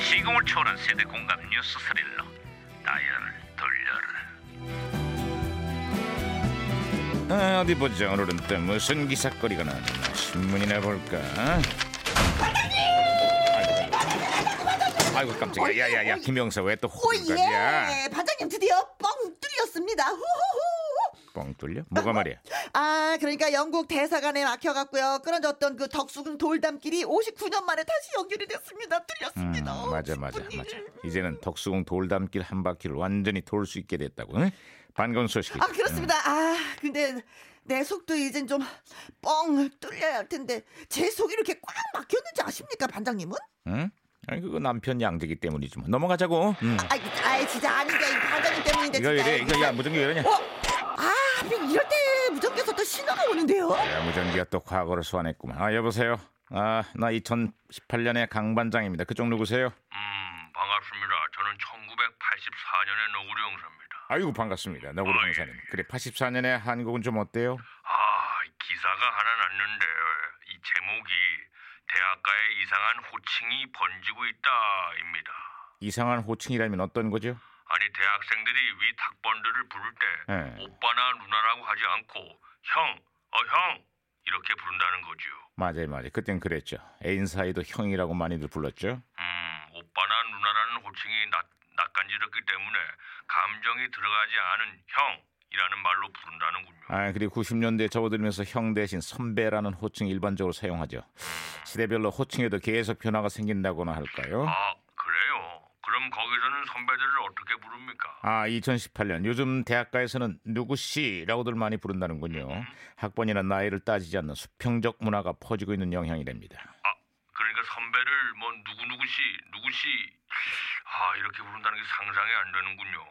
시공을 초월한 세대 공감 뉴스 스릴러 다이얼 돌려라 아, 어디 보자 오늘은 또 무슨 기사거리가 나왔나 신문이나 볼까 아이고 깜짝이야 야야야 김영사 왜 또 호까지야 오예 반장님 드디어 뻥 뚫렸습니다 후후후 뻥 뚫려? 뭐가 말이야 아 그러니까 영국 대사관에 막혀갖고요 끊어졌던 그 덕수궁 돌담길이 59년 만에 다시 연결이 됐습니다 음, 뚫렸습니다 어우, 맞아 맞아 기쁜 맞아 일. 이제는 덕수궁 돌담길 한 바퀴를 완전히 돌 수 있게 됐다고 응? 반가운 소식이지 아 그렇습니다 음. 아 근데 내 속도 이젠 좀 뻥 뚫려야 할 텐데 제 속이 이렇게 꽉 막혔는지 아십니까 반장님은? 응? 아니 그거 남편 양되기 때문이지 뭐 넘어가자고 응. 아이 아이, 진짜 아닌데 이 반장님 때문인데 이거 네, 진짜 이래 이거 야 무전기 왜 이러냐 어? 아 하필 이럴 때 무전기에서 또 신호가 오는데요 야, 무전기가 또 과거를 소환했구만. 아, 여보세요. 아, 나 2018년의 강반장입니다. 그쪽 누구세요? 음, 반갑습니다. 저는 1984년의 노구리 형사입니다. 아이고, 반갑습니다. 너구리 형사님. 그래, 84년에 한국은 좀 어때요? 아, 기사가 하나 났는데 이 제목이 대학가에 이상한 호칭이 번지고 있다입니다. 이상한 호칭이라면 어떤 거죠? 아니 대학생들이 위탁번들을 부를 때 예. 오빠나 누나라고 하지 않고 형, 어 형 이렇게 부른다는 거죠. 맞아요, 맞아요. 그땐 그랬죠. 애인 사이도 형이라고 많이들 불렀죠. 음, 오빠나 누나라는 호칭이 낯, 낯간지럽기 때문에 감정이 들어가지 않은 형이라는 말로 부른다는군요. 아, 그리고 90년대에 접어들면서 형 대신 선배라는 호칭 일반적으로 사용하죠. 시대별로 호칭에도 계속 변화가 생긴다거나 할까요? 아, 그래요? 그럼 거기서는 선배들을 어떻게 부릅니까? 아, 2018년 요즘 대학가에서는 누구 씨라고들 많이 부른다는군요. 학번이나 나이를 따지지 않는 수평적 문화가 퍼지고 있는 영향이랍니다. 아, 그러니까 선배를 뭐 누구누구씨, 누구씨, 아, 이렇게 부른다는 게 상상이 안 되는군요.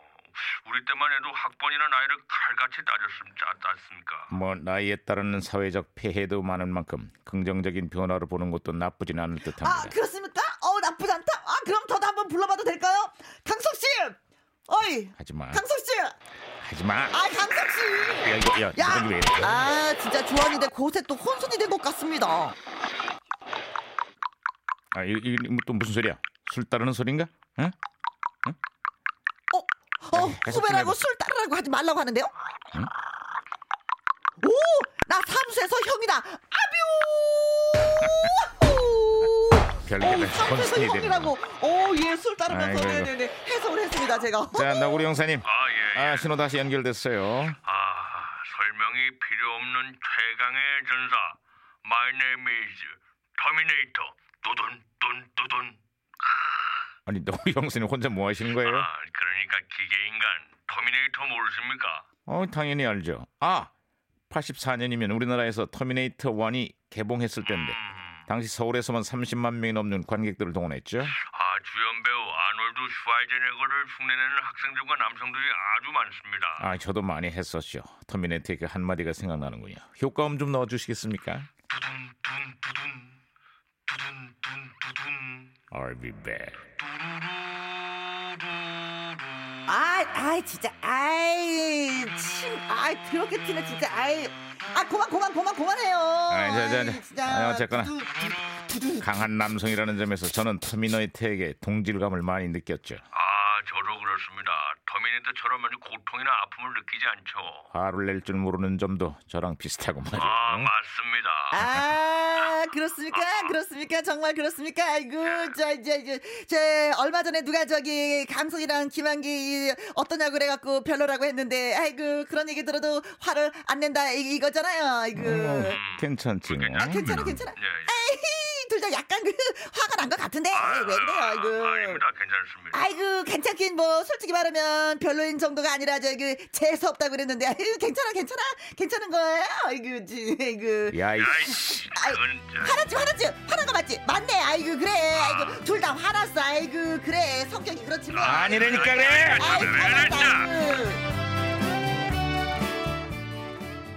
우리 때만 해도 학번이나 나이를 칼같이 따졌습니까? 땄습니까? 뭐 나이에 따르는 사회적 폐해도 많은 만큼 긍정적인 변화를 보는 것도 나쁘진 않을 아 듯합니다. 그렇습니까? 어 나쁘지 않다. 아 그럼 저도 한번 불러봐도 될까요? 강석 씨, 어이. 하지마, 강석 씨, 아 하지마. 강석 씨. 야, 이거, 야, 이거 왜 이래? 아 진짜 조언이 된 곳에 또 혼선이 된 것 같습니다. 어, 아, 이, 이, 또 무슨 소리야? 술 따르는 소린가? 응? 어, 어 아, 계속 후배라고 끝내고. 술 따르라고 하지 말라고 하는데요? 오, 나 사무소에서 형이다. 아뷰. 별게 다 사무소에서 혼선이 형이라고. 오, 예술 따르면서 아이고, 아이고. 네네네 해석을 했습니다 제가. 자, 나구리 형사님. 아, 예. 예. 아, 신호 다시 연결됐어요. 아, 설명이 필요 없는 최강의 전사. My name is Terminator. 두둔, 둔, 두둔. 아니, 너구리 형사님 혼자 뭐 하시는 거예요? 아, 그러니까 기계인간 터미네이터 모르십니까? 어, 당연히 알죠. 아, 84년이면 우리나라에서 터미네이터 1이 개봉했을 때인데 당시 서울에서만 30만 명이 넘는 관객들을 동원했죠. 아, 주연 배우 아놀드 슈와이제네거를 흉내내는 학생들과 남성들이 아주 많습니다. 아, 저도 많이 했었죠. 터미네이터의 그 한마디가 생각나는군요. 효과음 좀 넣어주시겠습니까? 두둔 둔 두둔 두둔 둔 두둔 I'll be back. 두루루루 아, 아, 진짜, 아이, 침, 아, 그렇게 튀네, 진짜, 아이, 아, 그만, 그만, 그만, 그만해요. 아, 자, 자, 자. 아이, 아, 어쨌거나. 두, 두, 두, 두. 강한 남성이라는 점에서 저는 터미네이터에게 동질감을 많이 느꼈죠. 아, 저도 그렇습니다. 터미네이터처럼 아주 고통이나 아픔을 느끼지 않죠. 화를 낼 줄 모르는 점도 저랑 비슷하고 아, 말이에요. 맞습니다. 아, 그렇습니까? 그렇습니까? 정말 그렇습니까? 아이고, 저, 이제, 이제, 제, 얼마 전에 누가 저기, 강석이랑 김한기, 이, 어떠냐고 그래갖고, 별로라고 했는데, 아이고, 그런 얘기 들어도 화를 안 낸다, 이, 거잖아요 아이고. 어, 괜찮지. 뭐. 아, 괜찮아, 괜찮아. 예, 예. 에이, 둘 다 약간 그, 화가 난 것 같은데, 에이, 왜 그래요, 아이고. 아, 아닙니다. 괜찮습니다. 아이고 괜찮긴 뭐 솔직히 말하면 별로인 정도가 아니라 저기 재수 없다 그랬는데 아유 괜찮아 괜찮아 괜찮은 거예요 아이고 지 아이고 야, 이 아이씨, 아이, 그건 저- 화났지 화났지 화난 거 맞지 맞네 아이고 그래 아이고 둘 다 화났어 아이고 그래 성격이 그렇지 뭐 아니라니까 그래. 아이 화났다 아이고